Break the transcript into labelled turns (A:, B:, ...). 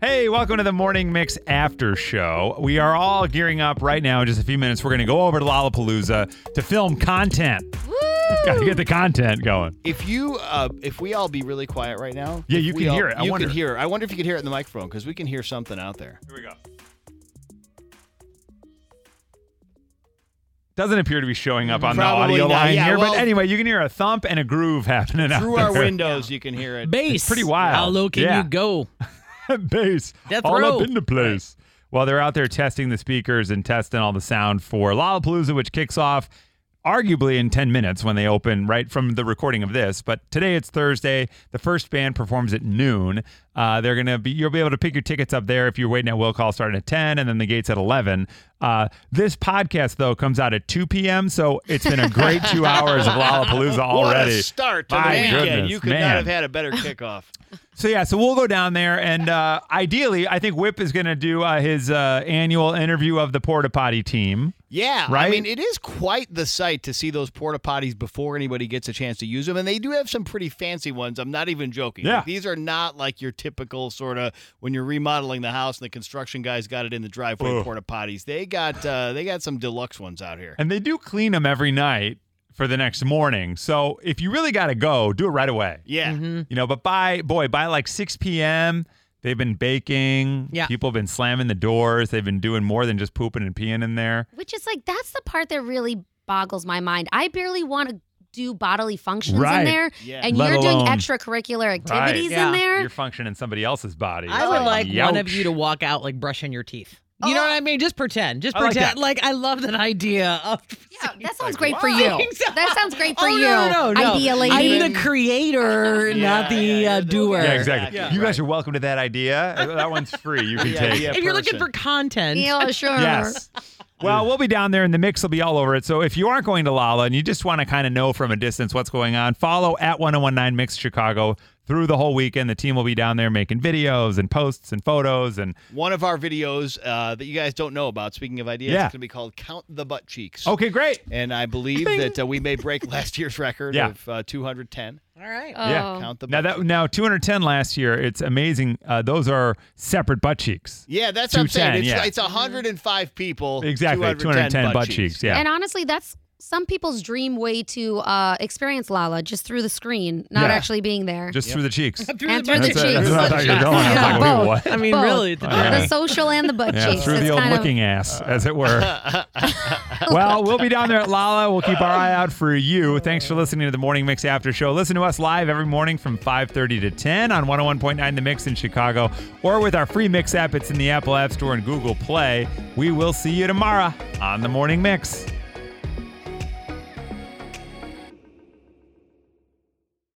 A: Hey, welcome to the Morning Mix After Show. We are all gearing up right now. In just a few minutes, we're going to go over to Lollapalooza to film content. Got to get the content going.
B: If you, uh, if we all be really quiet right now,
A: Yeah,
B: if
A: you
B: we
A: can
B: all-
A: hear it. I
B: you
A: wonder.
B: can hear. it. I wonder if you can hear it in the microphone because we can hear something out there.
A: Here we go. Doesn't appear to be showing up on
B: Probably
A: the audio
B: not.
A: line
B: Yeah,
A: here, but
B: well-
A: anyway, you can hear a thump and a groove happening out
B: Through our
A: there.
B: windows, you can hear it.
C: Base.
A: pretty wild.
C: How low can
A: Yeah.
C: you go?
A: bass
C: Death
A: all
C: row.
A: up in the place. While they're out there testing the speakers and testing all the sound for Lollapalooza, which kicks off arguably in 10 minutes when they open right from the recording of this. But today it's Thursday. The first band performs at noon. Uh, they're going to be, you'll be able to pick your tickets up there if you're waiting at Will Call starting at 10 and then the gates at 11. Uh, this podcast, though, comes out at 2 p.m. So it's been a great two hours of Lollapalooza already.
B: What a start to
A: My
B: the weekend.
A: goodness,
B: you could
A: man.
B: not have had a better kickoff.
A: So yeah, so we'll go down there, and uh, ideally, I think Whip is going to do uh, his uh, annual interview of the porta potty team.
B: Yeah,
A: Right?
B: I mean, it is quite the sight to see those porta potties before anybody gets a chance to use them, and they do have some pretty fancy ones. I'm not even joking.
A: Yeah.
B: Like, these are not like your typical sort of when you're remodeling the house and the construction guys got it in the driveway
A: Ugh.
B: porta potties. They got uh, they got some deluxe ones out here.
A: And they do clean them every night for the next morning. So if you really got to go, do it right away.
B: Yeah,
C: Mm-hmm.
A: You know, but by boy, by like 6 p.m., they've been baking.
C: Yeah.
A: people have been slamming the doors. They've been doing more than just pooping and peeing in there.
D: Which is like that's the part that really boggles my mind. I barely want to do bodily functions
A: Right.
D: in there,
B: yeah.
D: and
A: Let
D: you're
A: alone-
D: doing extracurricular activities
C: Yeah.
D: in there.
A: You're functioning in somebody else's body.
C: I
A: It's
C: would like one of
A: youch.
C: you to walk out like brushing your teeth. You know what I mean? Just pretend. Just
A: I like
C: pretend. Like, I love that idea of.
D: yeah, that sounds great for you.
C: Exactly.
D: That sounds great for
C: oh,
D: you.
C: No, no, no.
D: Idea lady.
C: I'm the creator, not the
B: yeah, you're
C: uh,
B: the-
C: doer.
A: Yeah, exactly.
B: Yeah.
A: You guys are welcome to that idea. that one's free. You can
B: Yeah,
A: take it.
B: yeah.
C: If you're looking for
B: person.
C: content,
D: Yeah, sure.
A: Yes. Well, we'll be down there, and the mix will be all over it. So if you aren't going to Lala and you just want to kind of know from a distance what's going on, follow at 1019 Mix Chicago through the whole weekend. The team will be down there making videos and posts and photos. And
B: One of our videos uh, that you guys don't know about. Speaking of ideas,
A: Yeah. Oh,
B: it's going to be called "Count the Butt Cheeks."
A: okay, great.
B: And I believe
A: Bing.
B: that uh, we may break last year's record
A: Yeah.
B: of uh, 210.
C: All right.
D: Oh.
A: Yeah.
B: Count the
A: Now
B: butt
A: that now 210 last year, it's amazing. Uh, those are separate butt cheeks.
B: Yeah, that's what I'm saying.
A: 210,
B: It's,
A: yeah.
B: it's 105 people.
A: Exactly, 210, butt, cheeks. Yeah.
D: And honestly, that's some people's dream way to uh, experience Lala just through the screen, not
A: Yeah.
D: actually being there.
A: just through the cheeks.
C: Through
D: And
C: the
D: through
C: butt
D: the
A: That's,
C: cheeks.
A: it. That's what I thought you were going. I was
D: Yeah,
A: like, wait,
D: both.
A: what?
C: I mean,
D: Both.
C: really, it's a
A: Yeah.
D: The social and the butt
A: Yeah,
D: cheeks.
A: through
D: It's
A: the old
D: kind of-
A: looking ass, as it were. well, we'll be down there at Lala. We'll keep our eye out for you. Thanks for listening to the Morning Mix After Show. Listen to us live every morning from 5.30 to 10 on 101.9 The Mix in Chicago or with our free Mix app. It's in the Apple App Store and Google Play. We will see you tomorrow on the Morning Mix.